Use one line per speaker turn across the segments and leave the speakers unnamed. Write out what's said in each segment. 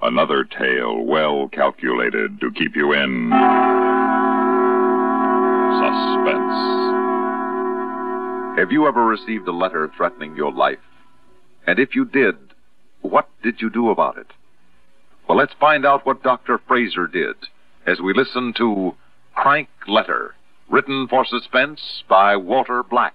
Another tale well calculated to keep you in suspense.
Have you ever received a letter threatening your life? And if you did, what did you do about it? Well, let's find out what Dr. Fraser did as we listen to Crank Letter, written for suspense by Walter Black.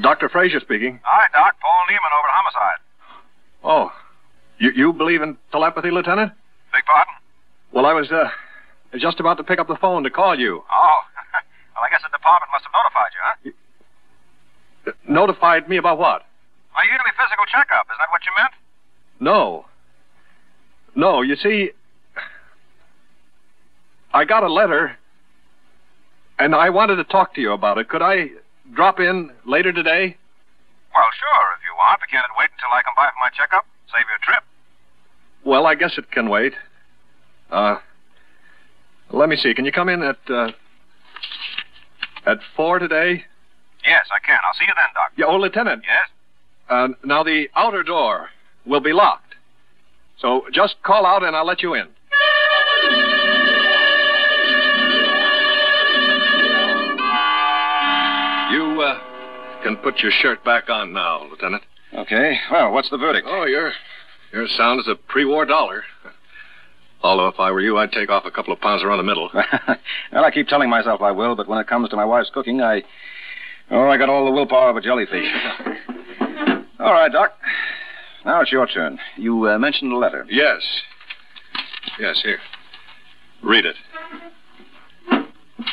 Dr. Frazier speaking.
Hi, Doc. Paul Neiman over at Homicide.
Oh, you, you believe in telepathy, Lieutenant?
Big pardon?
Well, I was uh, just about to pick up the phone to call you.
Oh. well, I guess the department must have notified you, huh?
Notified me about what?
Why, you to be physical checkup. Is that what you meant?
No. No, you see, I got a letter, and I wanted to talk to you about it. Could I drop in later today?
Well, sure, if you want, but can't it wait until I come by for my checkup? Save you a trip.
Well, I guess it can wait. Uh, let me see. Can you come in at uh, at four today?
Yes, I can. I'll see you then, Doc.
Yeah, oh, Lieutenant.
Yes?
Uh, now the outer door will be locked, so just call out and I'll let you in. You uh, can put your shirt back on now, Lieutenant.
Okay. Well, what's the verdict?
Oh, you're you're as sound as a pre-war dollar. Although if I were you, I'd take off a couple of pounds around the middle.
well, I keep telling myself I will, but when it comes to my wife's cooking, I. Oh, I got all the willpower of a jellyfish. all right, Doc. Now it's your turn. You uh, mentioned a letter.
Yes. Yes, here. Read it.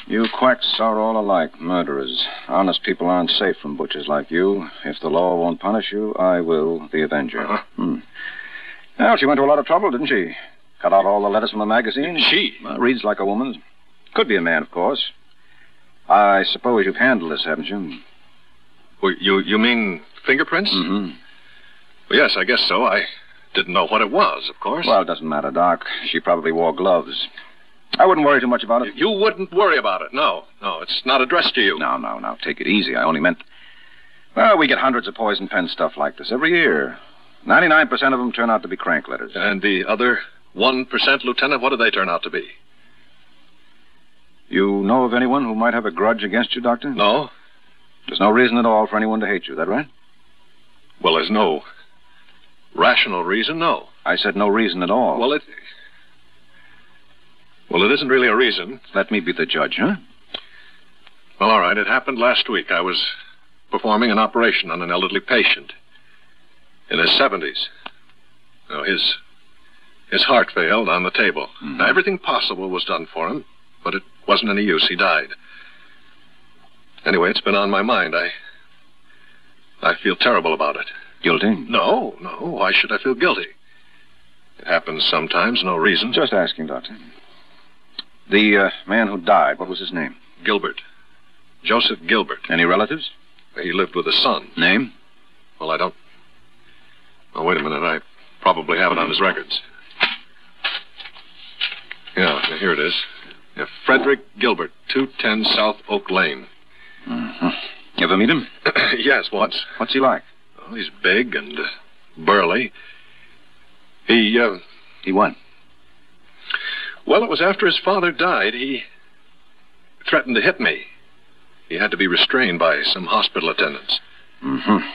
You quacks are all alike, murderers. Honest people aren't safe from butchers like you. If the law won't punish you, I will, the Avenger.
Uh-huh.
Hmm. Well, she went to a lot of trouble, didn't she? Cut out all the letters from the magazine.
She?
Well, reads like a woman's. Could be a man, of course. I suppose you've handled this, haven't you?
Well, you you mean fingerprints?
hmm
Well, yes, I guess so. I didn't know what it was, of course.
Well, it doesn't matter, Doc. She probably wore gloves. I wouldn't worry too much about it.
you wouldn't worry about it. No, no, it's not addressed to you.
No, no, no. Take it easy. I only meant. Well, we get hundreds of poison pen stuff like this every year. 99% of them turn out to be crank letters.
And the other one percent, Lieutenant, what do they turn out to be?
You know of anyone who might have a grudge against you, Doctor?
No.
There's no reason at all for anyone to hate you. That right?
Well, there's no rational reason. No.
I said no reason at all.
Well, it. Well, it isn't really a reason.
let me be the judge, huh?
Well, all right. It happened last week. I was performing an operation on an elderly patient in his 70s. Now, his, his heart failed on the table.
Mhm.
Now, everything possible was done for him, but it wasn't any use. He died. Anyway, it's been on my mind. I, I feel terrible about it.
Guilty?
No, no. Why should I feel guilty? It happens sometimes, no reason.
Just asking, Doctor. The uh, man who died, what was his name?
Gilbert. Joseph Gilbert.
Any relatives?
He lived with a son.
Name?
Well, I don't. Oh, wait a minute. I probably have it on his records. Yeah, here it is. Yeah, Frederick Gilbert, 210 South Oak Lane.
Mm-hmm. You ever meet him?
yes, once.
What's he like?
Well, Oh, he's big and uh, burly. He, uh,
He won.
well, it was after his father died, he threatened to hit me. He had to be restrained by some hospital attendants.
Mm-hmm.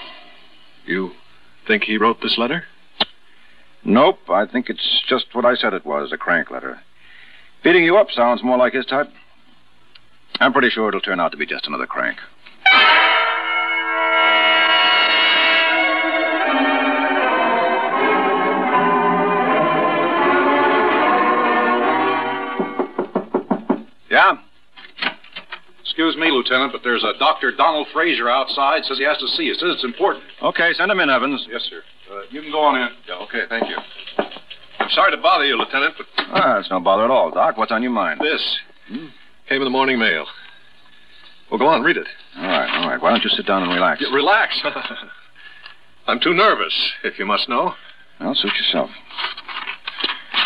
You think he wrote this letter?
Nope. I think it's just what I said it was a crank letter. Beating you up sounds more like his type. I'm pretty sure it'll turn out to be just another crank. Yeah?
Excuse me, Lieutenant, but there's a Dr. Donald Fraser outside. Says he has to see you. Says it's important.
Okay, send him in, Evans.
Yes, sir. Uh, you can go on in.
Yeah, okay, thank you. I'm sorry to bother you, Lieutenant, but
Ah, it's no bother at all, Doc. What's on your mind?
This
Hmm?
came in the morning mail. Well, go on, read it.
All right, all right. Why don't you sit down and relax?
Yeah, relax. I'm too nervous, if you must know.
Well, suit yourself.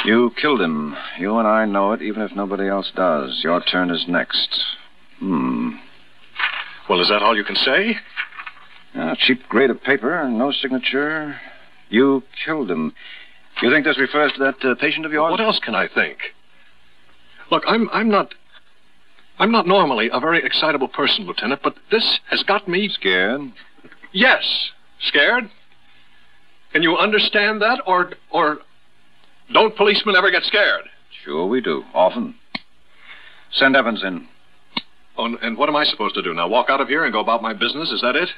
You killed him. You and I know it, even if nobody else does. Your turn is next. Hmm.
Well, is that all you can say?
A cheap grade of paper, no signature. You killed him. You think this refers to that uh, patient of yours?
What else can I think? Look, I'm I'm not I'm not normally a very excitable person, Lieutenant, but this has got me
Scared?
yes, scared. Can you understand that or or don't policemen ever get scared?
Sure we do. Often. Send Evans in.
Oh, and- and what am I supposed to do now? Walk out of here and go about my business? Is that it?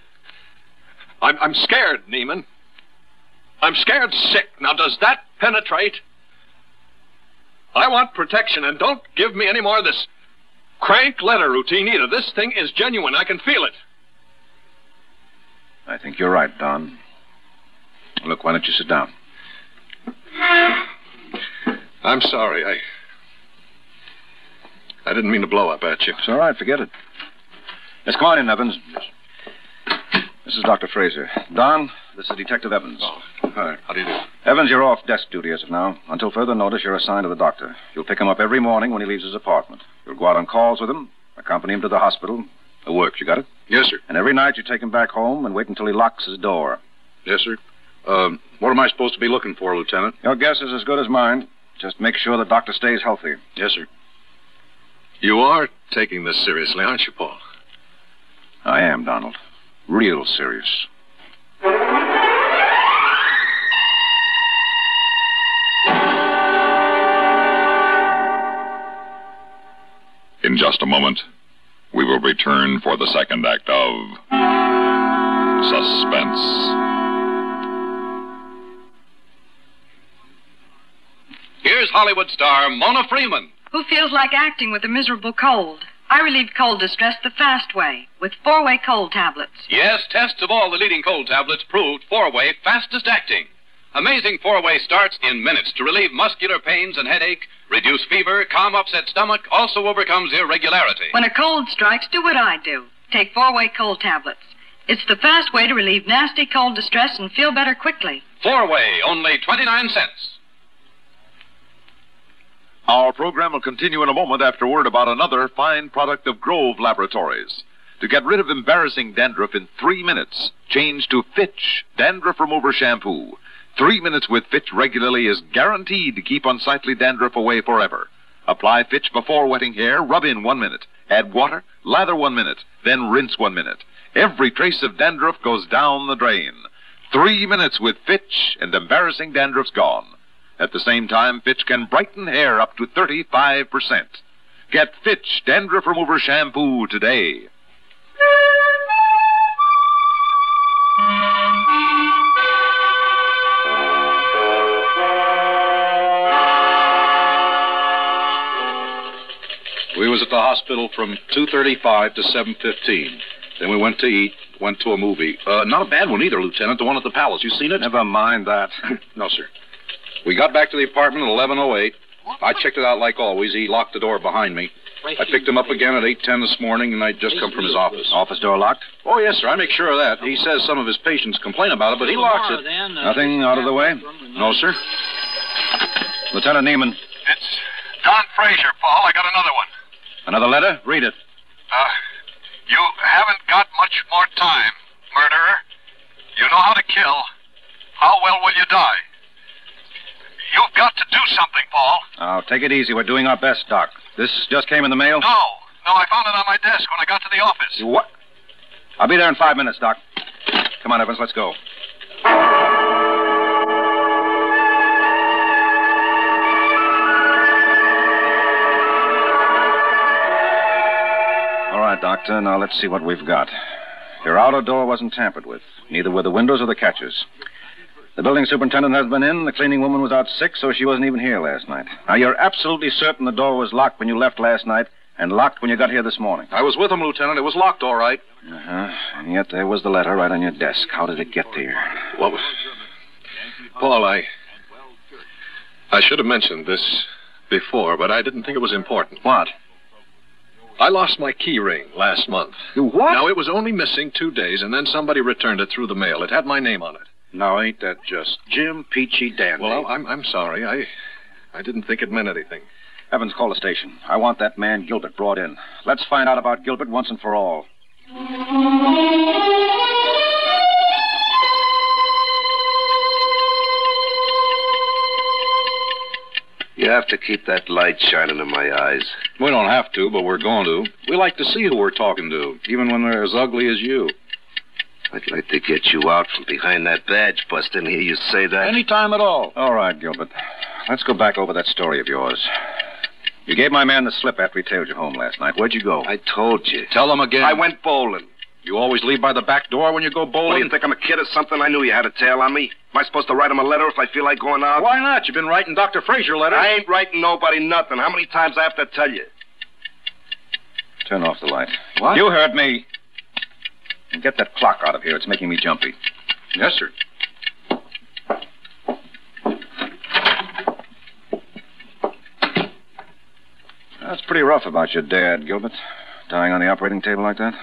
I'm, I'm scared, Neiman. I'm scared sick. Now, does that penetrate? I want protection, and don't give me any more of this crank letter routine either. This thing is genuine. I can feel it.
I think you're right, Don. Look, why don't you sit down?
I'm sorry. I. I didn't mean to blow up at you.
It's all right. Forget it. Yes, come on in, Evans. This is Dr. Fraser. Don, this is Detective Evans.
Hi. How do you do?
Evans, you're off desk duty as of now. Until further notice, you're assigned to the doctor. You'll pick him up every morning when he leaves his apartment. You'll go out on calls with him, accompany him to the hospital. It works, you got it?
Yes, sir.
And every night you take him back home and wait until he locks his door.
Yes, sir. Um, what am I supposed to be looking for, Lieutenant?
Your guess is as good as mine. Just make sure the doctor stays healthy.
Yes, sir. You are taking this seriously, aren't you, Paul?
I am, Donald. Real serious.
In just a moment, we will return for the second act of Suspense.
Here's Hollywood star Mona Freeman.
Who feels like acting with a miserable cold? I relieve cold distress the fast way with four way cold tablets.
Yes, tests of all the leading cold tablets proved four way fastest acting. Amazing four way starts in minutes to relieve muscular pains and headache, reduce fever, calm upset stomach, also overcomes irregularity.
When a cold strikes, do what I do take four way cold tablets. It's the fast way to relieve nasty cold distress and feel better quickly.
Four way, only 29 cents.
Our program will continue in a moment after word about another fine product of Grove Laboratories. To get rid of embarrassing dandruff in three minutes, change to Fitch Dandruff Remover Shampoo. Three minutes with Fitch regularly is guaranteed to keep unsightly dandruff away forever. Apply Fitch before wetting hair, rub in one minute, add water, lather one minute, then rinse one minute. Every trace of dandruff goes down the drain. Three minutes with Fitch, and embarrassing dandruff's gone. At the same time, Fitch can brighten hair up to 35%. Get Fitch Dandruff Remover Shampoo today.
We was at the hospital from 2.35 to 7.15. Then we went to eat, went to a movie. Uh, not a bad one either, Lieutenant, the one at the Palace. You seen it?
Never mind that.
No, sir. We got back to the apartment at 11.08. I checked it out like always. He locked the door behind me. I picked him up again at 8.10 this morning, and I'd just come from his office.
Office door locked?
Oh, yes, sir. I make sure of that. He says some of his patients complain about it, but he locks it.
Nothing out of uh, the way?
No, sir.
Lieutenant Neiman,
It's Don Fraser, Paul. I got another one.
another letter? Read it.
Uh, you haven't got much more time, murderer. You know how to kill. How well will you die? You've got to do something, Paul.
Now, take it easy. We're doing our best, Doc. This just came in the mail?
No, no, I found it on my desk when I got to the office.
You What? I'll be there in five minutes, Doc. Come on, Evans, let's go. All right, Doctor. Now let's see what we've got. Your outer door wasn't tampered with. Neither were the windows or the catches. The building superintendent has been in. The cleaning woman was out sick, so she wasn't even here last night. Now, you're absolutely certain the door was locked when you left last night and locked when you got here this morning.
I was with him, Lieutenant. It was locked, all right.
Uh-huh. And yet there was the letter right on your desk. How did it get there?
Well, Paul, I. I should have mentioned this before, but I didn't think it was important.
What?
I lost my key ring last month.
You what?
Now, it was only missing two days, and then somebody returned it through the mail. It had my name on it.
Now, ain't that just Jim Peachy Dandy?
Well, I'm, I'm sorry. I I didn't think it meant anything.
Evans, call the station. I want that man Gilbert brought in. Let's find out about Gilbert once and for all.
You have to keep that light shining in my eyes.
We don't have to, but we're going to. We like to see who we're talking to, even when they're as ugly as you.
I'd like to get you out from behind that badge bust and hear you say that.
Any time at all.
All right, Gilbert. Let's go back over that story of yours. You gave my man the slip after he tailed you home last night. Where'd you go?
I told you.
Tell them again.
I went bowling.
You always leave by the back door when you go bowling.
What do you think? I'm a kid or something? I knew you had a tail on me. Am I supposed to write him a letter if I feel like going out?
Why not? You've been writing Dr. Fraser letters.
I ain't writing nobody nothing. How many times I have to tell you?
Turn off the light.
What?
You heard me. And get that clock out of here. It's making me jumpy.
Yes, sir.
That's pretty rough about your dad, Gilbert. Dying on the operating table like that.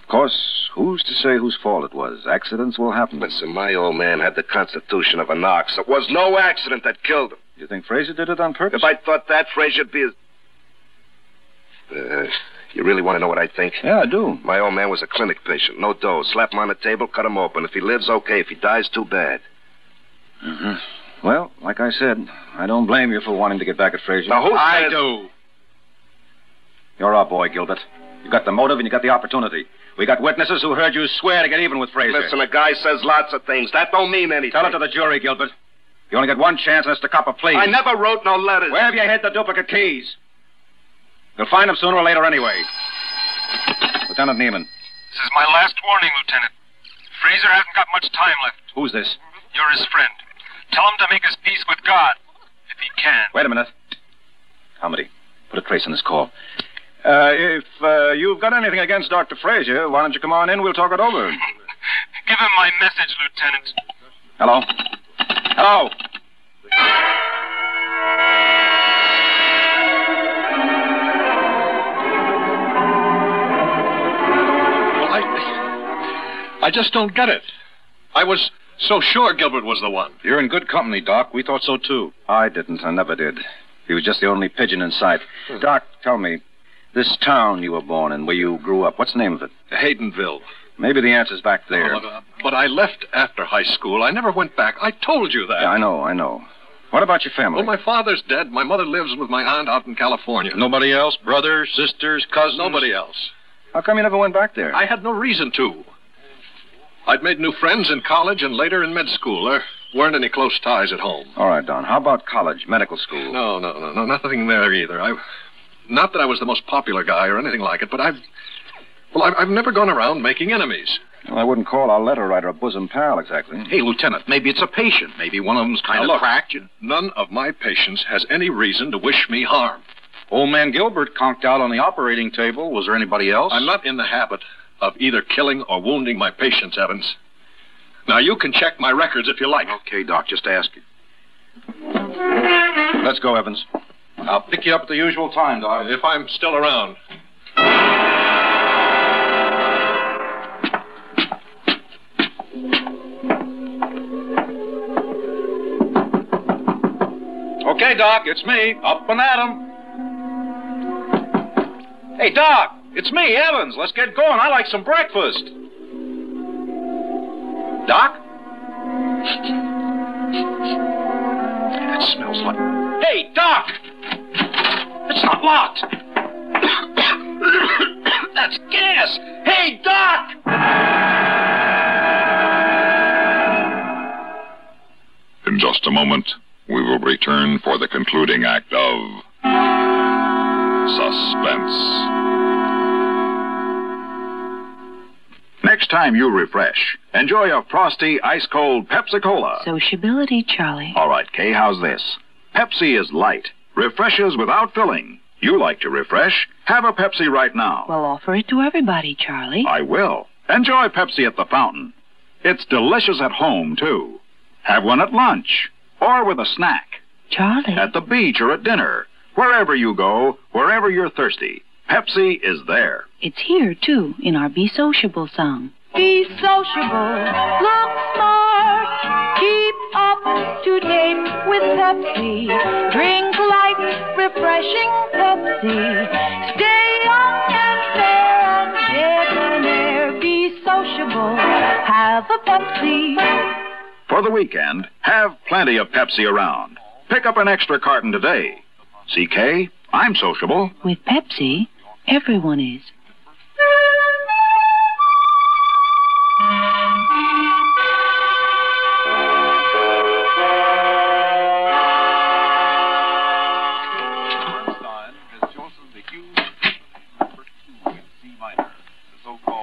Of course, who's to say whose fault it was? Accidents will happen.
Listen, my old man had the constitution of an ox. It was no accident that killed him.
You think Fraser did it on purpose?
If I thought that, Fraser'd be as. Uh, you really want to know what I think?
Yeah, I do.
My old man was a clinic patient. No dose. Slap him on the table, cut him open. If he lives, okay. If he dies, too bad.
hmm Well, like I said, I don't blame you for wanting to get back at Fraser.
Now, who
I
says-
do.
You're our boy, Gilbert. You got the motive and you got the opportunity. We got witnesses who heard you swear to get even with Fraser.
Listen, a guy says lots of things. That don't mean anything.
Tell it to the jury, Gilbert. You only get one chance, and it's to cop a plea.
I never wrote no letters.
Where have you hid the duplicate keys? You'll find them sooner or later anyway. Lieutenant Neiman.
This is my last warning, Lieutenant. Fraser hasn't got much time left.
Who's this?
You're his friend. Tell him to make his peace with God, if he can.
Wait a minute. Comedy. Put a trace on this call. Uh, if uh, you've got anything against Dr. Fraser, why don't you come on in? We'll talk it over.
Give him my message, Lieutenant.
Hello? Hello?
Well, I. I just don't get it. I was so sure Gilbert was the one.
You're in good company, Doc. We thought so, too.
I didn't. I never did. He was just the only pigeon in sight. Doc, tell me, this town you were born in, where you grew up, what's the name of it?
Haydenville.
Maybe the answer's back there.
Oh, but, uh, but I left after high school. I never went back. I told you that.
Yeah, I know, I know. What about your family?
Oh,
Well, my father's dead. My mother lives with my aunt out in California.
Nobody else? Brothers, sisters, cousins?
Nobody else.
How come you never went back there?
I had no reason to. I'd made new friends in college and later in med school. There weren't any close ties at home.
All right, Don. How about college, medical school?
No, no, no, no, nothing there either. I, not that I was the most popular guy or anything like it, but I've, well, I've, I've never gone around making enemies.
Well, I wouldn't call our letter writer a bosom pal exactly.
Hey, Lieutenant, maybe it's a patient. Maybe one of them's kind
Now,
of
look.
cracked.
None of my patients has any reason to wish me harm.
Old man Gilbert conked out on the operating table. Was there anybody else?
I'm not in the habit of either killing or wounding my patients, Evans. Now you can check my records if you like.
Okay, Doc, just asking.
Let's go, Evans.
I'll pick you up at the usual time, Doc.
If I'm still around.
Okay, Doc, it's me. Up and at 'em. Hey, Doc, it's me, Evans. Let's get going. I like some breakfast. Doc? that smells like. Hey, Doc! It's not locked. That's gas. Hey, Doc!
In just a moment, we will return for the concluding act of Suspense.
Next time you refresh, enjoy a frosty, ice cold Pepsi Cola.
Sociability, Charlie.
All right, Kay, how's this? Pepsi is light, refreshes without filling. You like to refresh? Have a Pepsi right now.
Well, offer it to everybody, Charlie.
I will. Enjoy Pepsi at the fountain. It's delicious at home, too. Have one at lunch, or with a snack,
Charlie.
at the beach or at dinner. Wherever you go, wherever you're thirsty, Pepsi is there.
It's here, too, in our Be Sociable song.
Be sociable, look smart, keep up to date with with Pepsi. Drink light, refreshing Pepsi. Stay young and fair and debonair. Be sociable. Have a Pepsi.
For the weekend, have plenty of Pepsi around. Pick up an extra carton today. CK, I'm sociable.
With Pepsi, everyone is.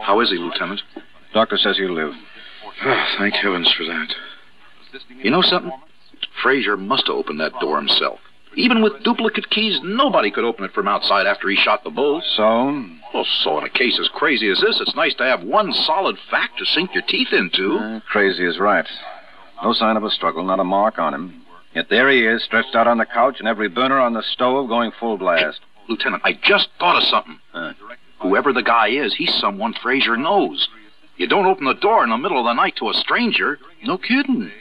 How is he, Lieutenant? Ah,
Doctor says he'll live.
thank heavens for that. You know something? Frazier must have opened that door himself. Even with duplicate keys, nobody could open it from outside after he shot the bull.
So?
Well, so in a case as crazy as this, it's nice to have one solid fact to sink your teeth into.
Uh, crazy is right. No sign of a struggle, not a mark on him. Yet there he is, stretched out on the couch, and every burner on the stove going full blast.
Lieutenant, I just thought of something. Whoever the guy is, he's someone Frazier knows. You don't open the door in the middle of the night to a stranger. No kidding.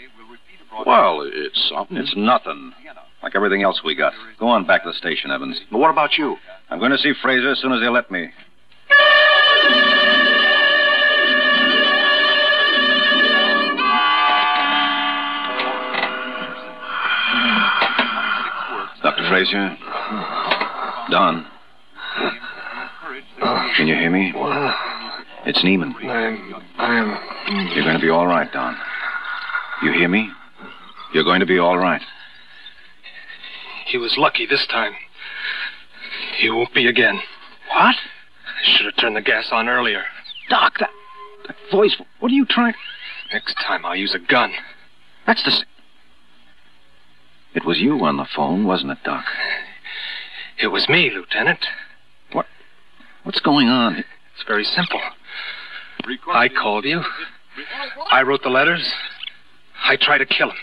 Well, it's something.
It's nothing. Like everything else we got. Go on back to the station, Evans.
But what about you?
I'm going to see Fraser as soon as they let me. Dr. Fraser? Don. Can you hear me? It's Neiman.
I'm. I'm.
You're going to be all right, Don. You hear me? You're going to be all right.
He was lucky this time. He won't be again.
What?
I should have turned the gas on earlier.
Doc, that, that voice. What are you trying?
Next time I'll use a gun.
That's the. s-
It was you on the phone, wasn't it, Doc?
It was me, Lieutenant.
What's going on?
It's very simple. I called you. I wrote the letters. I tried to kill him.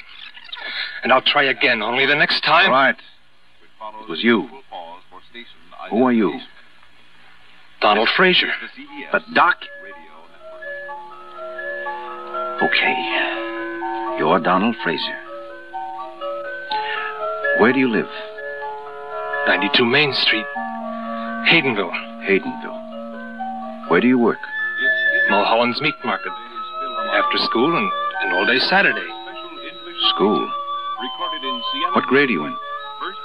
And I'll try again, only the next time.
Right. It was you. Uh, Who are you?
Donald Frazier.
But, Doc. Okay. You're Donald Fraser. Where do you live?
92 Main Street, Haydenville.
Haydenville. Where do you work?
Mulholland's Meat Market. After school and, and all day Saturday.
School. What grade are you in?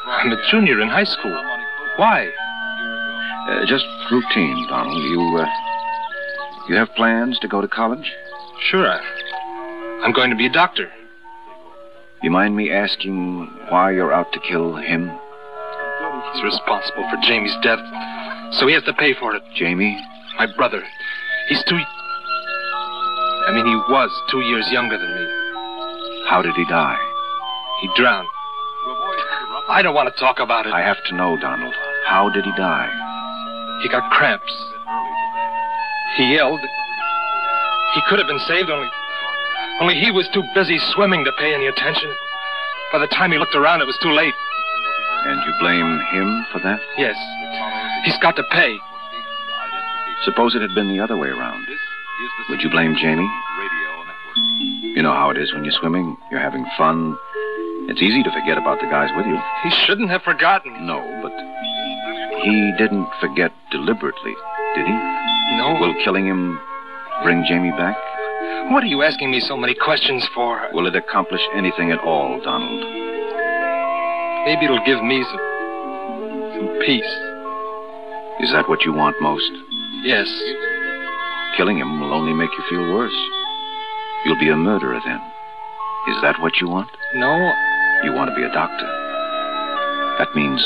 I'm a junior in high school. Why?
Uh, just routine, Donald. You, uh, you have plans to go to college?
Sure. I- I'm going to be a doctor.
You mind me asking why you're out to kill him,
He's responsible for Jamie's death, so he has to pay for it.
Jamie?
My brother. He's two. I mean, he was two years younger than me.
How did he die?
He drowned. I don't want to talk about it.
I have to know, Donald. How did he die?
He got cramps. He yelled. He could have been saved, only. Only he was too busy swimming to pay any attention. By the time he looked around, it was too late.
And you blame him for that?
Yes. He's got to pay.
Suppose it had been the other way around. Would you blame Jamie? You know how it is when you're swimming, you're having fun. It's easy to forget about the guys with you.
He shouldn't have forgotten.
No, but. He didn't forget deliberately, did he?
No.
Will killing him bring Jamie back?
What are you asking me so many questions for?
Will it accomplish anything at all, Donald?
Maybe it'll give me some. some peace.
Is that what you want most?
Yes.
Killing him will only make you feel worse. You'll be a murderer then. Is that what you want?
No,
You want to be a doctor. That means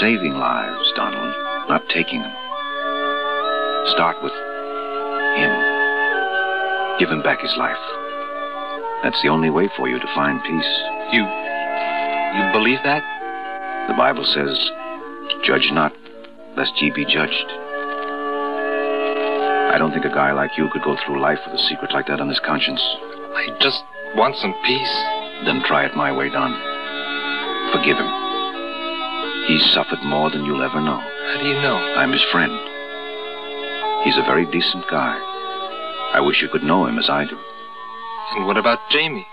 saving lives, Donald, not taking them. Start with him. Give him back his life. That's the only way for you to find peace.
You. you believe that?
The Bible says, Judge not, lest ye be judged. I don't think a guy like you could go through life with a secret like that on his conscience.
I just want some peace.
Then try it my way, Don. Forgive him. He's suffered more than you'll ever know.
How do you know?
I'm his friend. He's a very decent guy. I wish you could know him as I do.
And what about Jamie?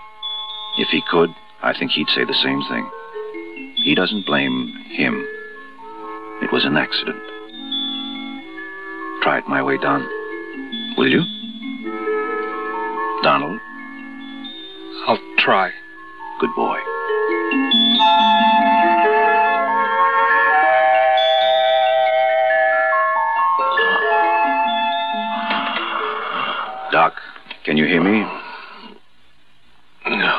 If he could,
I think he'd say the same thing. He doesn't blame him. It was an accident. Try it my way, Don. Will you? Donald?
I'll try.
Good boy. Uh, Doc, can you hear me?
No.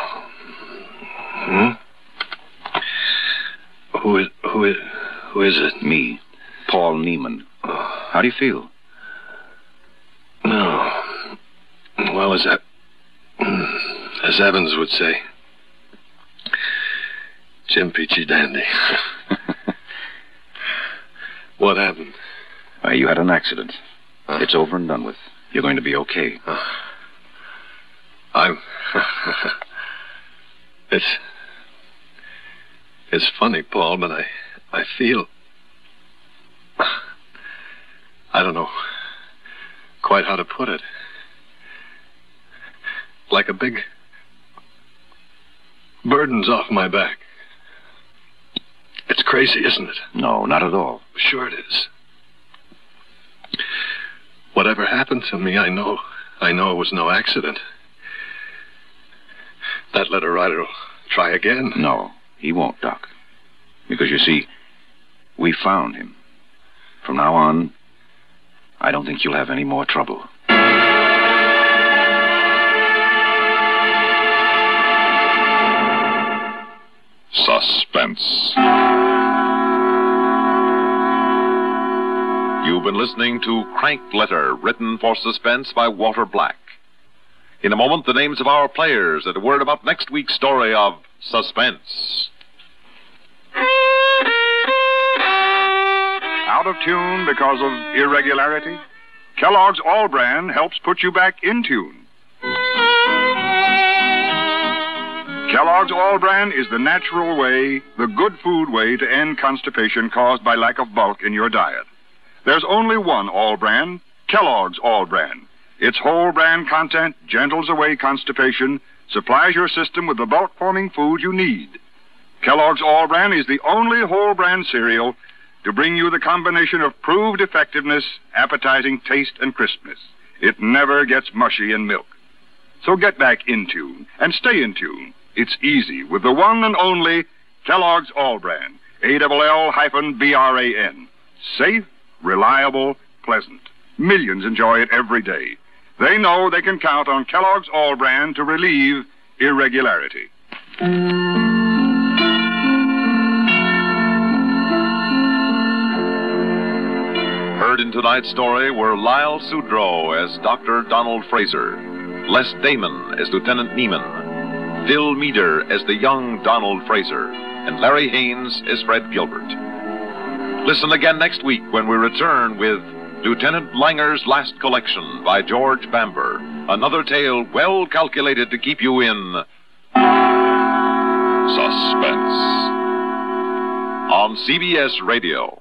Hmm? Who is who is who is it? Oh.
Me, Paul Neiman. How do you feel?
No. Well, as that, as Evans would say, Jim Peachy Dandy. what happened?
Uh, you had an accident. It's over and done with. You're going to be okay.
I'm. it's. It's funny, Paul, but I. I feel. I don't know quite how to put it. Like a big. burden's off my back. It's crazy, isn't it?
No, not at all.
Sure it is. Whatever happened to me, I know. I know it was no accident. That letter writer will try again.
No, he won't, Doc. Because you see, we found him. From now on, I don't think you'll have any more trouble.
Suspense.
You've been listening to Crank Letter, written for suspense by Walter Black. In a moment, the names of our players and a word about next week's story of Suspense.
Out of tune because of irregularity? Kellogg's All Bran helps put you back in tune. Kellogg's All Bran is the natural way, the good food way to end constipation caused by lack of bulk in your diet. There's only one All Bran, Kellogg's All Bran. Its whole bran content gentles away constipation, supplies your system with the bulk forming food you need. Kellogg's All Bran is the only whole bran cereal to bring you the combination of proved effectiveness, appetizing taste, and crispness. It never gets mushy in milk. So get back in tune and stay in tune. It's easy with the one and only Kellogg's All Brand, A double L hyphen B R A N. Safe, reliable, pleasant. Millions enjoy it every day. They know they can count on Kellogg's All Brand to relieve irregularity.
Heard in tonight's story were Lyle Sudrow as Dr. Donald Fraser, Les Damon as Lieutenant Neiman, Phil Meader as the young Donald Fraser, and Larry Haynes as Fred Gilbert. Listen again next week when we return with Lieutenant Langer's Last Collection by George Bamber, another tale well calculated to keep you in suspense on CBS Radio.